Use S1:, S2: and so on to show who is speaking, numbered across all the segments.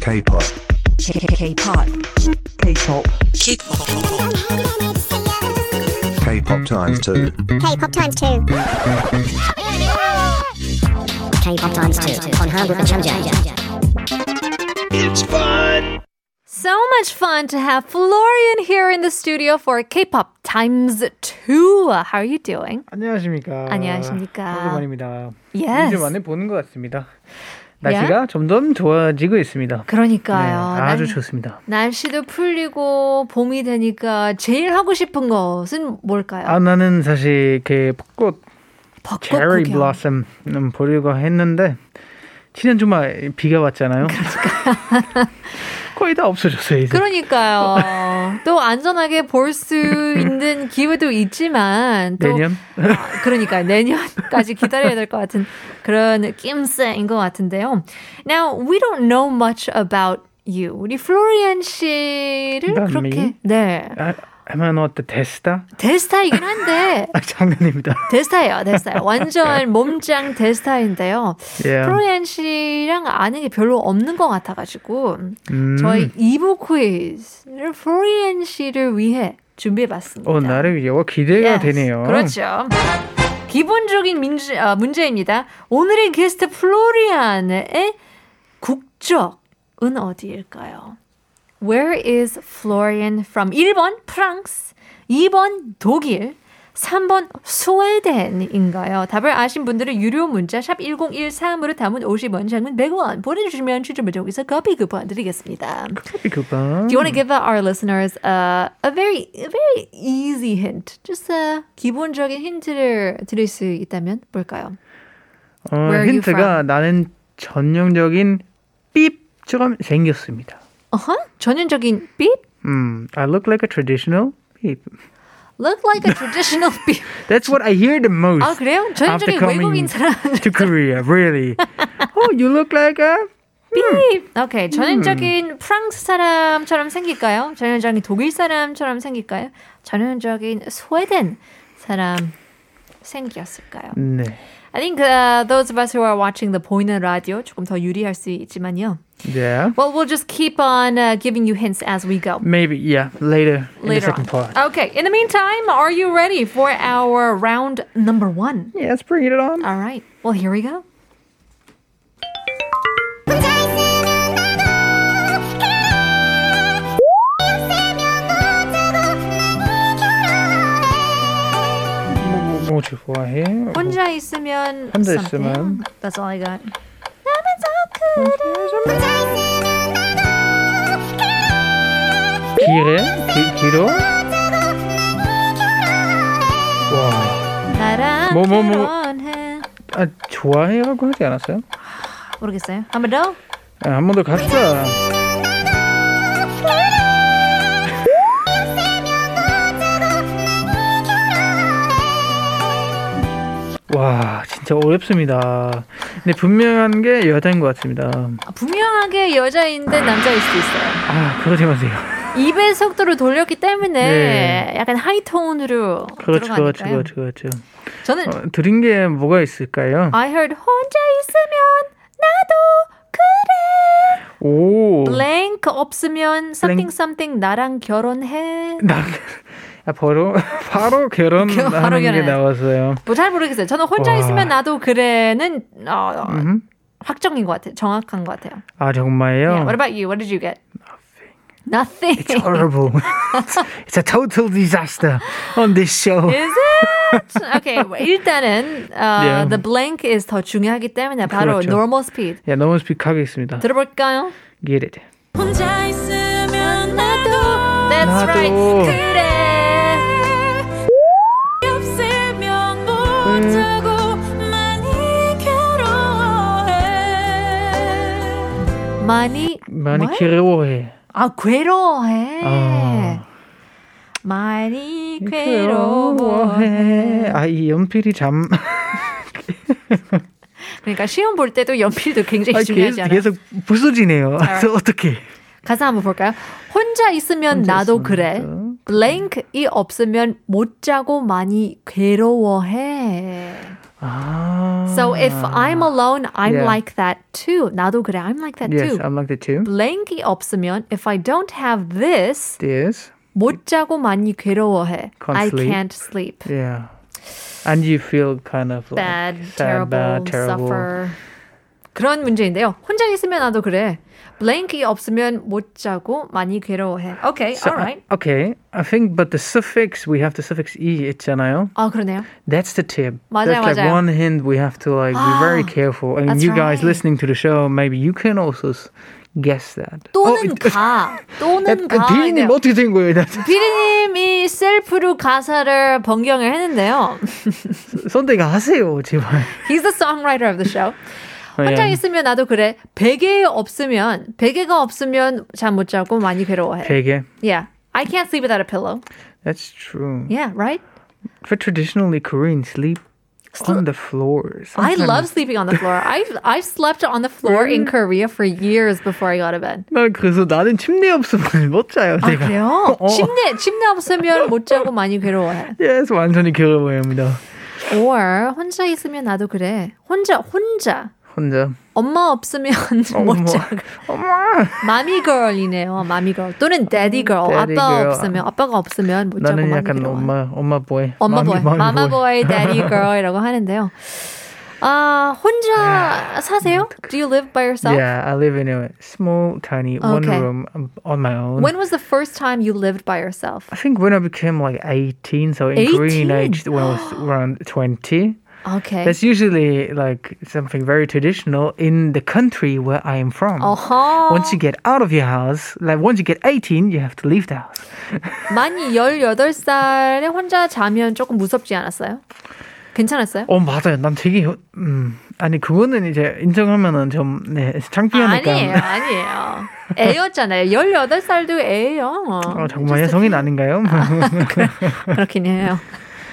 S1: K-pop,
S2: K-pop,
S3: K-pop,
S1: K-pop times two,
S4: K-pop times two. K-pop times two on Hangul and Chumja.
S2: So much fun to have Florian here in the studio for K-pop times two. How are you doing?
S3: 안녕하십니까.
S2: 안녕하십니까. 네.
S3: 한국만입니다.
S2: Yes.
S3: 일주 만에 보는 것 같습니다. 날씨가
S2: 예?
S3: 점점 좋아지고 있습니다.
S2: 그러니까요. 어.
S3: 네, 아주
S2: 날-
S3: 좋습니다.
S2: 날씨도 풀리고 봄이 되니까 제일 하고 싶은 것은 뭘까요?
S3: 아 나는 사실 그 벚꽃
S2: 벚꽃
S3: 체리
S2: 구경.
S3: 블라썸 음, 보려고 했는데 지난 주말 비가 왔잖아요.
S2: 그러니까.
S3: 거의 다 없어졌어요 이제.
S2: 그러니까요. 또 안전하게 볼 수 있는 기회도 있지만 또
S3: 내년
S2: 그러니까 내년까지 기다려야 될 것 같은 그런 낌새인 것 같은데요. Now we don't know much about you. 우리 플로리안 씨를
S3: 난
S2: 그렇게
S3: 미?
S2: 네
S3: 아, 아마 너 어때 데스타?
S2: 대스타이긴 한데
S3: 아, 장난입니다.
S2: 대스타예요, 대스타. 완전 몸짱 대스타인데요.
S3: 예.
S2: 플로리안 씨랑 아는 게 별로 없는 것 같아가지고
S3: 음.
S2: 저희 2부 퀴즈를 플로리안 씨를 위해 준비해봤습니다.
S3: 어 나를 여 기대가
S2: Yes.
S3: 되네요.
S2: 그렇죠. 기본적인 민주, 아, 문제입니다. 오늘의 게스트 플로리안의 국적은 어디일까요? Where is Florian from? 1번 프랑스, 2번 독일, 3번 스웨덴인가요? 답을 아신 분들은 유료 문자 샵 1013으로 담은 50원, 장문 100원 보내주시면 추첨을 통해서 커피 쿠폰 드리겠습니다.
S3: 그거.
S2: Do you want to give our listeners uh, a very a very easy hint? Just a 기본적인 힌트를 드릴 수 있다면 뭘까요?
S3: 어,
S2: Where are you
S3: 힌트가
S2: from?
S3: 나는 전형적인 삐처럼 생겼습니다.
S2: 어허? 전형적인 beep?
S3: 음, I look like a traditional beep.
S2: Look like a traditional beep.
S3: That's what I hear the most.
S2: 아 그래요?
S3: after
S2: 전형적인
S3: coming
S2: 외국인 사람
S3: to Korea, really. oh, you look like a Hmm.
S2: beep. 오케이. 전형적인 프랑스 사람처럼 생길까요? 전형적인 독일 사람처럼 생길까요? 전형적인 스웨덴 사람 생겼을까요?
S3: 네,
S2: I think uh, those of us who are watching the 보이는 라디오 조금 더 유리할 수 있지만요.
S3: yeah,
S2: Well, we'll just keep on uh, giving you hints as we go.
S3: maybe, yeah, later, in the
S2: Later
S3: second
S2: on.
S3: part.
S2: Okay, in the meantime, are you ready for our round number one?
S3: Yeah, let's bring it on.
S2: All right, well, here we go.
S3: 뭐, 뭐, 뭐 좋아해?
S2: 혼자 있으면
S3: 혼자
S2: something.
S3: 있으면.
S2: That's all I got.
S3: 길에? 기, 길어? 와,
S2: 나랑
S3: 뭐, 뭐, 뭐.
S2: 결혼해.
S3: 아, 좋아해라고 하지 않았어요?
S2: 모르겠어요. 한번 더.
S3: 아, 한번 더 갑시다. 와, 진짜 어렵습니다. 근데 분명한 게 여자인 것 같습니다.
S2: 아, 분명하게 여자인데 남자일 수도 있어요.
S3: 아, 그러지 마세요.
S2: 입의 속도로 돌렸기 때문에
S3: 네.
S2: 약간 하이톤으로
S3: 그렇죠, 그렇죠,
S2: 들어가니까요.
S3: 그렇죠, 그렇죠.
S2: 저는
S3: 어, 들은 게 뭐가 있을까요?
S2: I heard 혼자 있으면 나도 그래.
S3: 오,
S2: blank 없으면 something
S3: Blank.
S2: something 나랑 결혼해.
S3: 나 아, 바로 바로
S2: 바로
S3: 결혼하는 게
S2: 결혼해요.
S3: 나왔어요.
S2: 뭐 잘 모르겠어요. 저는 혼자
S3: 와.
S2: 있으면 나도 그래는 어,
S3: 음,
S2: 확정인 것 같아요. 정확한 것 같아요.
S3: 아 정말요?
S2: Yeah. What about you? What did you get? Nothing.
S3: It's horrible. It's a total disaster on this show.
S2: Is it? Okay. well, 일단은 어,
S3: Yeah.
S2: the blank is 더 중요하기 때문에 바로
S3: 그렇죠.
S2: normal speed
S3: 야, 너무 스픽하겠습니다.
S2: 들어볼까요?
S3: Get it.
S2: 혼자 있으면 나도 That's
S3: 나도.
S2: right 그래 없으면
S3: 음.
S2: 못하고 많이 괴로워해 많이
S3: 많이
S2: 뭐야?
S3: 괴로워해.
S2: 아 괴로워해
S3: 아.
S2: 많이 괴로워해
S3: 아, 이 연필이 잠.
S2: 그러니까 시험 볼 때도 연필도 굉장히
S3: 아,
S2: 중요하지
S3: 계속,
S2: 않아요
S3: 계속 부서지네요. 그래서 어떻게?
S2: 가사 한번 볼까요? 혼자 있으면
S3: 혼자
S2: 나도
S3: 있으면
S2: 그래.
S3: 나도
S2: 블랭크이 없으면 못 자고 많이 괴로워해.
S3: 아.
S2: So if I'm alone, I'm
S3: Yeah.
S2: like that too. 나도 그래. I'm like that
S3: Yes,
S2: too.
S3: I'm like that too.
S2: blank이 없으면 if I don't have this
S3: Yes.
S2: 못 자고 많이 괴로워해.
S3: Can't
S2: I
S3: sleep.
S2: can't sleep.
S3: Yeah. And you feel kind of like
S2: Bad,
S3: sad,
S2: terrible,
S3: bad, terrible.
S2: suffer. 그런 문제인데요. 혼자 있으면 나도 그래. blank이 없으면 못 자고 많이 괴로워해. Okay,
S3: So,
S2: alright.
S3: okay, I think, but the suffix we have the suffix e 있잖아요.
S2: 아 그러네요.
S3: That's the tip.
S2: 맞아요,
S3: That's like
S2: 맞아요.
S3: one hint we have to like be very careful. And
S2: that's
S3: you guys
S2: right.
S3: listening to the show, maybe you can also s- guess that. Oh,
S2: 또는
S3: 어,
S2: 가. 또는 가.
S3: 비님 뭐- 어떻게 된 거예요? 나 진짜
S2: 비리님이 셀프로 가사를 변경을 했는데요.
S3: 선택 하세요, 제발.
S2: He's the songwriter of the show.
S3: 어,
S2: 혼자
S3: 예.
S2: 있으면 나도 그래. 베개 없으면 베개가 없으면 잠 못 자고 많이 괴로워해.
S3: 베개.
S2: Yeah. I can't sleep without a pillow.
S3: That's true.
S2: Yeah, right?
S3: For traditionally Korean sleep on the floor.
S2: I
S3: Sometimes-
S2: love sleeping on the floor. I've I've slept on the floor in
S3: 음.
S2: Korea for years before I got to bed.
S3: 나 그래서 나는 침대 없으면 못 자요.
S2: 아,
S3: 제가.
S2: 그래요?
S3: 어.
S2: 침대 침대 없으면 못 자고 많이 괴로워해.
S3: Yes, 완전히 괴로워합니다.
S2: Or 혼자 있으면 나도 그래. 혼자 혼자
S3: 혼자.
S2: 엄마 없으면 못 자고.
S3: 어머.
S2: 마미 걸이네요. 마미 걸 또는 데디 걸.
S3: 음, Daddy
S2: 아빠
S3: girl.
S2: 없으면 아빠가 없으면 못 자고
S3: 나는
S2: 많이
S3: 약간
S2: 괴로워해.
S3: 엄마 엄마 보이.
S2: 엄마 보이, 마마 보이, 데디 걸이라고 하는데요. 아 혼자 사세요? Do you live by yourself?
S3: Yeah, I live in a small, tiny one
S2: Okay.
S3: room um, on my own.
S2: When was the first time you lived by yourself?
S3: I think when I became like 18, so in
S2: 18?
S3: Korean age when I was around 20.
S2: Okay.
S3: That's usually like something very traditional in the country where I am from.
S2: Oh. 어허.
S3: Once you get out of your house, like once you get 18, you have to leave the house.
S2: 만 18살에 혼자 자면 조금 무섭지 않았어요? 괜찮았어요?
S3: 어 맞아요. 난 되게 음 아니 그거는 이제 인정하면은 좀네 창피하니까.
S2: 아니에요, 아니에요. 애였잖아요. 18살도 애예요.
S3: 어, 정말 성인 아닌가요?
S2: 그렇긴 해요.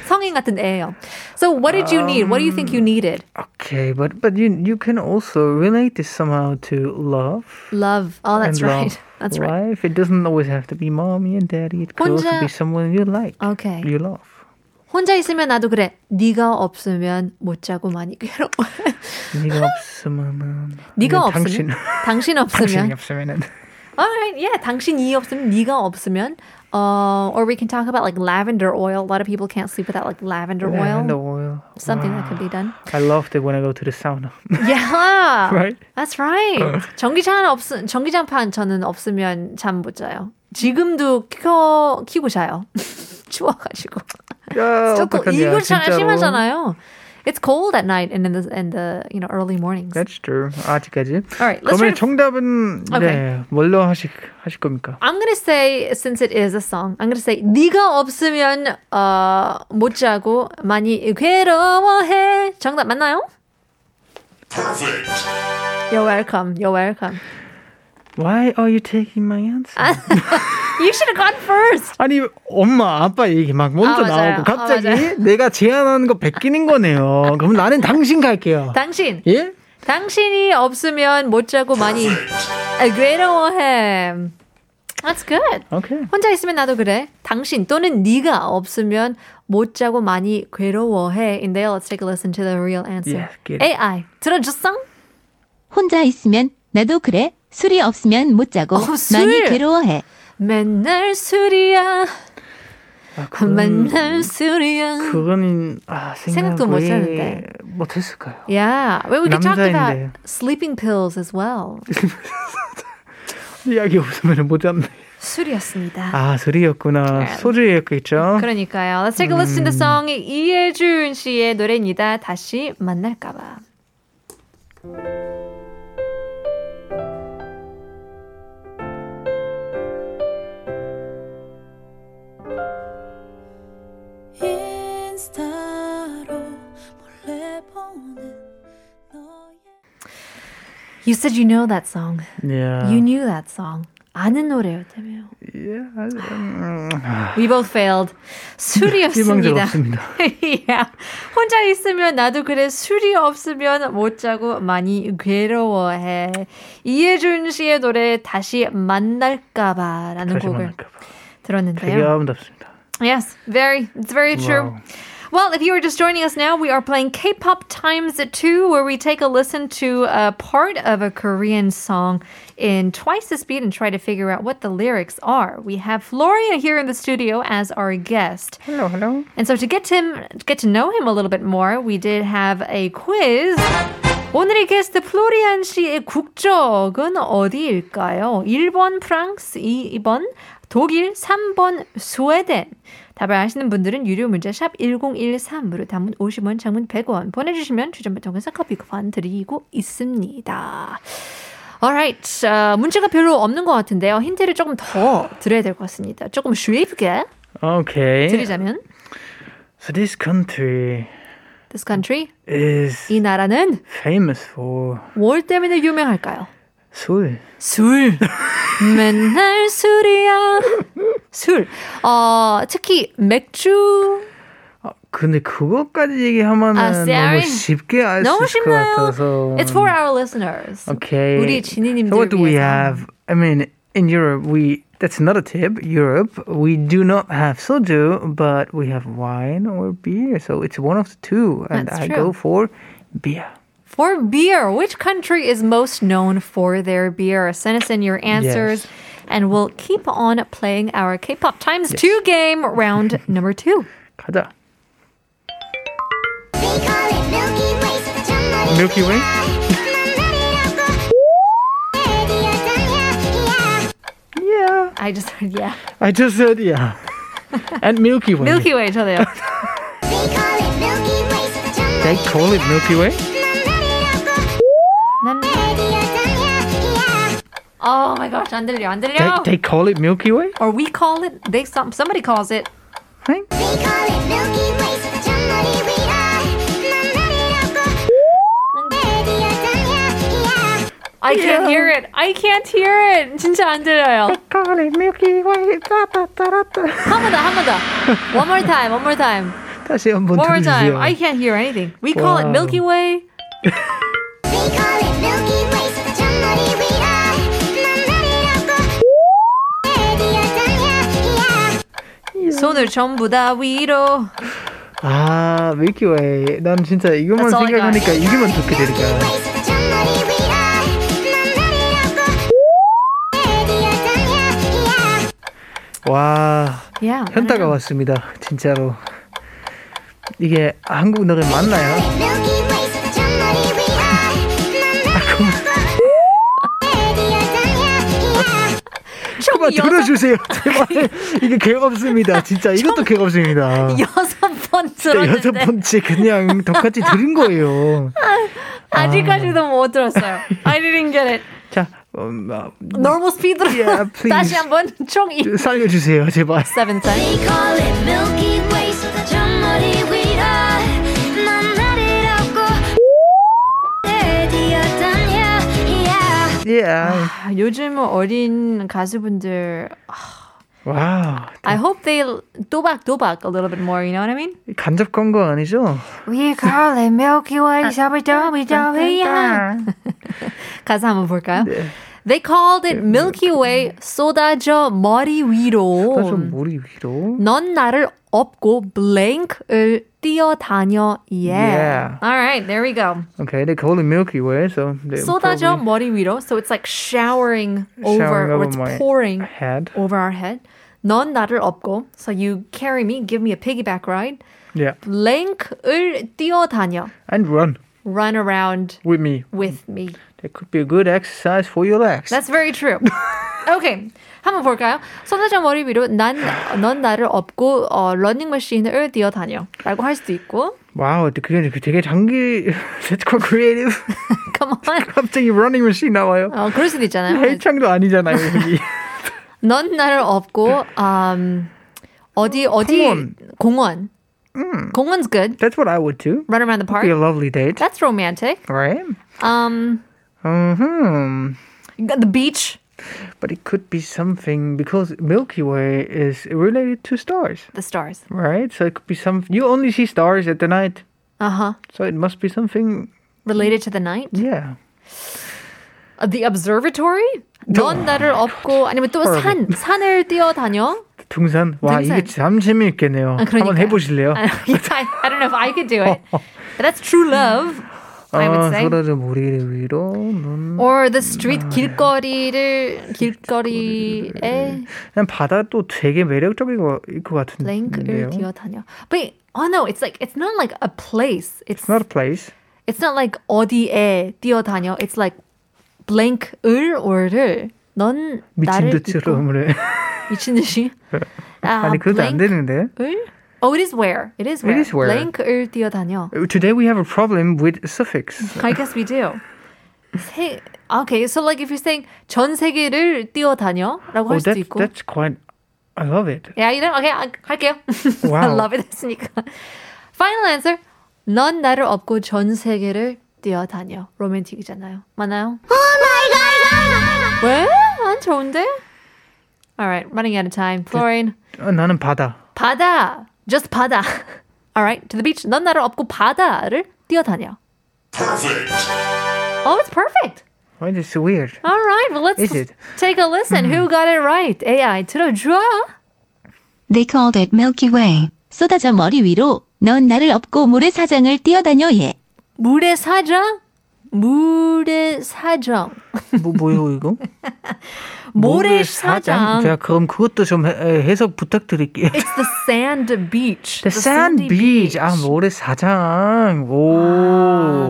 S2: 성인 같은 애예요. So what did you need? What do you think
S3: Um,
S2: you needed?
S3: okay, but but you you can also relate this somehow to love.
S2: Love. Oh, that's
S3: and love
S2: right. That's right.
S3: Life. It doesn't always have to be mommy and daddy. It could also
S2: 혼자-
S3: be someone you like.
S2: Okay.
S3: You love.
S2: 혼자 있으면 나도 그래. 네가 없으면 못 자고 많이 괴로워.
S3: 네가 없으면은
S2: 네가
S3: 아니면
S2: 없으면
S3: 당신
S2: 당신
S3: 당신이
S2: 없으면
S3: 없으면은
S2: Alright, yeah. 당신이 없으면 네가 없으면. Uh, or we can talk about like lavender oil. A lot of people can't sleep without like lavender oil.
S3: and oil.
S2: Something that could be done.
S3: I loved it when I go to the sauna.
S2: Yeah.
S3: Right?
S2: That's right.
S3: 어.
S2: 전기장 없 전기장판 저는 없으면 잠 못 자요. 지금도 켜 키고 자요. 추워가지고.
S3: 야,
S2: 조금
S3: 어떡하냐,
S2: 이거 참
S3: 진짜로.
S2: 심하잖아요. It's cold at night and in the in the you know early mornings.
S3: That's true. 아직까지.
S2: Alright, let's try.
S3: 그러면 정답은 네
S2: Okay.
S3: 뭘로 하실 하실 겁니까?
S2: I'm gonna say since it is a song, I'm gonna say 네가 없으면 어, 못 자고 많이 괴로워해. 정답 맞나요? Perfect. You're welcome. You're welcome.
S3: Why are you taking my answer?
S2: 아. You should have gone first.
S3: 아니 엄마 아빠 얘기 막 먼저
S2: 아, 맞아요.
S3: 나오고 갑자기
S2: 아, 맞아요.
S3: 내가 제안하는 거 베끼는 거네요. 그럼 나는 당신 갈게요.
S2: 당신.
S3: 예?
S2: 당신이 없으면 못 자고 많이 괴로워해. That's good.
S3: 오케이.
S2: 혼자 있으면 나도 그래. 당신 또는 네가 없으면 못 자고 많이 괴로워해인데요. Let's take a listen to the real answer.
S3: Yeah, get it.
S2: AI 들어줬어?
S5: 혼자 있으면 나도 그래. 술이 없으면 못 자고
S2: 어, 술!
S5: 많이 괴로워해.
S2: 맨날 술이야.
S3: 아, 그건-
S2: 맨날 술이야.
S3: 그거는 아,
S2: 생각도 못
S3: 생각이
S2: 하는데.
S3: 못했을까요?
S2: Yeah. Well, we could talk
S3: 남자인데.
S2: about sleeping pills as well.
S3: 이야기 없으면 못 잡네.
S2: 술이었습니다.
S3: 아 술이었구나. 소주였겠죠.
S2: 네. 그러니까요. Let's take a listen to the song. 이해준 씨의 노래입니다. 다시 만날까봐. You said you know that song.
S3: Yeah.
S2: You knew that song. 아는 노래였다며요.
S3: yeah. 음, 아,
S2: We both failed. 술이었습니다.
S3: 희망스럽습니다.
S2: yeah. 혼자 있으면 나도 그래 술이 없으면 못 자고 많이 괴로워해. 이해준 씨의 노래 다시 만날까봐라는
S3: 다시
S2: 곡을
S3: 만날까봐. 되게
S2: 들었는데요. 네.
S3: 아름답습니다.
S2: Yes, very. It's very true.
S3: 와우.
S2: Well, if you are just joining us now, we are playing K-pop times two, where we take a listen to a part of a Korean song in twice the speed and try to figure out what the lyrics are. We have Florian here in the studio as our guest,
S3: Hello, hello.
S2: and so to get to him, get to know him a little bit more, we did have a quiz. 오늘의 게스트 플로리안 씨의 국적은 어디일까요? 1번 프랑스, 2번 독일, 3번 스웨덴. 답을 아시는 분들은 유료 문자 샵 1013으로 단문 50원, 장문 100원 보내주시면 추첨을 통해서 커피 쿠폰 드리고 있습니다. Alright, 아, 문제가 별로 없는 것 같은데요. 힌트를 조금 더 드려야 될 것 같습니다. 조금 쉽게
S3: Okay.
S2: 드리자면
S3: So this country
S2: This country,
S3: is
S2: 이 나라는
S3: famous for
S2: 뭘 때문에 유명할까요?
S3: 술.
S2: 술. 맨날 술이야. 술. 어, 특히 맥주.
S3: 아, 근데 그것까지 얘기하면
S2: 아,
S3: 은
S2: sorry.
S3: 너무 쉽게 알 수
S2: 너무
S3: 있을 것
S2: 쉽나요?
S3: 같아서.
S2: It's for our listeners.
S3: Okay.
S2: 우리 지니님들
S3: So what do we
S2: 위해서.
S3: have? I mean, in Europe, we that's another tip. Europe, we do not have soju, but we have wine or beer. So it's one of the two, and
S2: That's
S3: I
S2: true.
S3: go for beer.
S2: For beer, which country is most known for their beer? Send us in your answers.
S3: Yes.
S2: And we'll keep on playing our K-pop times two game round number two.
S3: 가자.
S6: Milky Way?
S3: Yeah.
S2: I just heard yeah,
S3: I just said yeah. and Milky Way.
S2: Milky Way 저도요.
S3: They call it Milky Way.
S2: 난 oh my gosh 안 들려 안
S3: They,
S2: 들려.
S3: they call it Milky Way.
S2: Or we call it they some somebody calls it
S3: Right?
S2: I can't hear it. I can't hear it. 진짜 안 들려요.
S3: Call it Milky Way. Da, da, da, da, da.
S2: 한 번 더, 한 번 더. One more time, one more time,
S3: 다시 한번
S2: one more time.
S3: 들리세요.
S2: I can't hear anything. We call it
S3: Wow.
S2: Milky Way. 손을 전부 다 위로.
S3: 아 Milky Way. 난 진짜 이것만
S2: That's all I got.
S3: 생각하니까 이기만 좋게 되니까. 와
S2: Yeah.
S3: 현타가 왔습니다 진짜로 이게 한국 노래 맞나요? 아,
S2: 총
S3: 그만
S2: 여섯,
S3: 들어주세요 제발 이게 개가 없습니다 진짜 이것도 개가 없습니다
S2: 여섯 번
S3: 진짜
S2: 들었는데
S3: 여섯 번째 그냥 똑같이 들은 거예요
S2: 아직까지도 못 들었어요. I didn't get it.
S3: 자 음, 아,
S2: Normal speed로
S3: Yeah, please.
S2: 다시 한번 총 이.
S3: 살려주세요 제발
S2: Seven times.
S3: yeah.
S2: 아, 요즘 어린 가수분들,
S3: 와우
S2: I hope they 또박또박 a little bit more. You know what I mean?
S3: 간접 광고 아니죠?
S2: We call it Milky Way, 샤브 더미 더미야. 가사 한번 볼까요? They called it Milky Way, 쏟아져 머리 위로.
S3: 나좀 머리 위로
S2: 넌 나를 업고 블랭크를 뛰어다녀. Yeah.
S3: Yeah.
S2: All right, there we go.
S3: okay 네, they call it Milky Way so they
S2: 쏟아져
S3: 네, probably
S2: 머리 위로. So it's like showering over,
S3: Showering
S2: or
S3: over
S2: it's
S3: my
S2: pouring
S3: head
S2: over our head. 넌 나를 업고. So you carry me, give me a piggyback ride.
S3: yeah
S2: 블랭크를 뛰어다녀.
S3: and run
S2: Run around
S3: with me
S2: with me.
S3: that could be a good exercise for your legs
S2: That's very true. Okay. 한번 볼까요? 손하자 머리 위로 난 넌 나를 업고 어, 러닝머신을 뛰어다녀 라고 할 수도 있고
S3: 와우, 그게 되게 장기 That's quite creative.
S2: Come on.
S3: 갑자기 러닝 머신 나와요.
S2: 어, 그럴 수도 있잖아요.
S3: 헬창도 아니잖아요. 여기.
S2: 넌 나를 업고 음, 어디 어디
S3: 공원. 음.
S2: 공원 공원's good.
S3: That's what I would do.
S2: Run around the park.
S3: Be a lovely date,
S2: That's romantic.
S3: right?
S2: Um,
S3: Hmm.
S2: you got the beach.
S3: But it could be something because Milky Way is related to stars,
S2: The stars.
S3: right? So it could be some. You only see stars at the night,
S2: Uh-huh.
S3: so it must be something.
S2: Related to the night.
S3: Yeah.
S2: Uh, The observatory? 넌 나를 업고 아니면 또 산 산을 뛰어다녀.
S3: 등산? 와
S2: 등산.
S3: 이게 참 재미있겠네요.
S2: 아, 그러니까요.
S3: 한번 해보실래요?
S2: I, I don't know if I could do it. But that's true love. I would say.
S3: 서로를 모래를 위로 눈.
S2: Or the street 길거리를 길거리에
S3: 그냥 바다도 되게 매력적인 거- 것 같은데요.
S2: 블랭크를 뒤어 다녀. But oh no, it's like it's not like a place. It's
S3: It's not a place.
S2: it's not like 어디에 뛰어 다녀. It's like blank을 or를 넌
S3: 미친
S2: 나를
S3: 듯처럼
S2: 잊고-
S3: 그래.
S2: 미친 듯이 아,
S3: 아니 그래도 안 되는데.
S2: blank을? Oh, it is where. It is
S3: It
S2: where.
S3: is where.
S2: blank을 뛰어 다녀.
S3: Today we have a problem with suffix.
S2: I guess we do. 세, 아, okay, so like if you're saying 전 세계를 뛰어 다녀라고 할
S3: Oh,
S2: 수도
S3: that's
S2: 있고.
S3: that's quite. I love it.
S2: 야, 이런 오케이 아, 할게요. I
S3: Wow.
S2: love it 했으니까. Final answer. 넌 나를 업고 전 세계를 뛰어다녀. 로맨틱이잖아요. 맞나요? 왜? 난 좋은데? Alright, running out of time. Florian,
S3: 어, 나는 바다.
S2: 바다. Just 바다. Alright, to the beach. 넌 나를 업고 바다를 뛰어다녀. Perfect. Oh, it's perfect.
S3: Why is it weird?
S2: Alright, well let's
S3: Is it?
S2: take a listen. Who got it right? AI 들어줘.
S6: They called it Milky Way.
S5: 쏟아져 머리 위로 넌 나를 업고 모래사장을 뛰어다녀 예.
S2: 물의 사정? 물의 사정.
S3: 뭐 뭐요 이거?
S2: 모래사장.
S3: 자 그럼 그것도 좀 해, 에, 해석 부탁드릴게요.
S2: It's the sand beach.
S3: The sand beach. 아 모래사장. 오.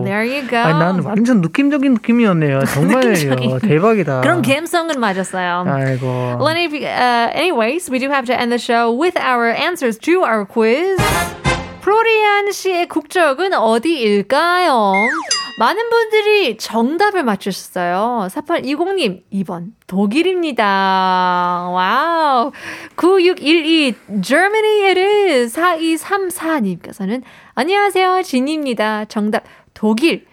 S2: Ah, 아, there you go.
S3: 아니, 난 완전 느낌적인 느낌이었네요. 정말요.
S2: 느낌적인.
S3: 대박이다.
S2: 그런 감성은 맞았어요.
S3: 아이고.
S2: Well, any, uh, anyways, we do have to end the show with our answers to our quiz. 프로리안 씨의 국적은 어디일까요? 많은 분들이 정답을 맞추셨어요. 4820님, 2번, 독일입니다. 와우. 9612, Germany it is. 4234님께서는, 안녕하세요, 진입니다. 정답, 독일.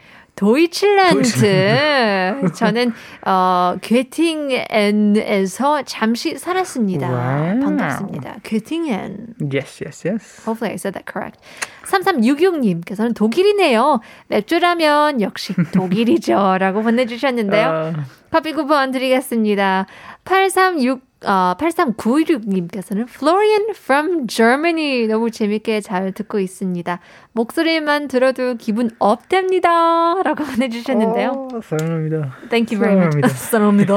S2: 도이칠란드. 저는 어, 괴팅엔에서 잠시 살았습니다.
S3: 와우.
S2: 반갑습니다. 괴팅엔.
S3: Yes, yes, yes.
S2: Hopefully I said that correct. 3366님께서는 독일이네요. 맥주라면 역시 독일이죠. 라고 보내주셨는데요. 커피 쿠폰 드리겠습니다. 836, 어, 8396님께서는 Florian from Germany. 너무 재밌게 잘 듣고 있습니다. 목소리만 들어도 기분 업됩니다. 라고 보내주셨는데요.
S3: 어, 사랑합니다.
S2: Thank you very much. 썰어옵니다.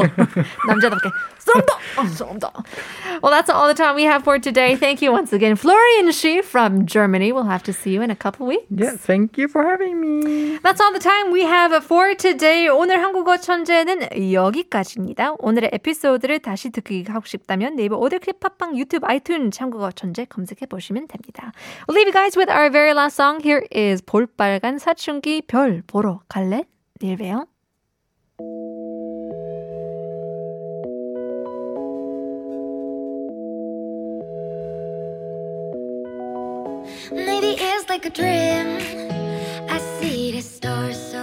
S2: 남자답게. 썰어옵니다. 어, 썰어옵니다. Well, that's all the time we have for today. Thank you once again, Florian Shi from Germany. We'll have to see you in a couple weeks.
S3: Yeah, thank you for having me.
S2: That's all the time we have for today. 오늘 한국어 천재는 여기까지입니다. 오늘의 에피소드를 다시 듣기 하고 싶다면 네이버 오디오클립 팟빵 유튜브 아이튠 한국어 천재 검색해 보시면 됩니다. We'll leave you guys with our very last song. Here is 볼빨간 사춘기 별 보러 갈래? 내일 봬요.
S6: Maybe it's like a dream. I see the stars so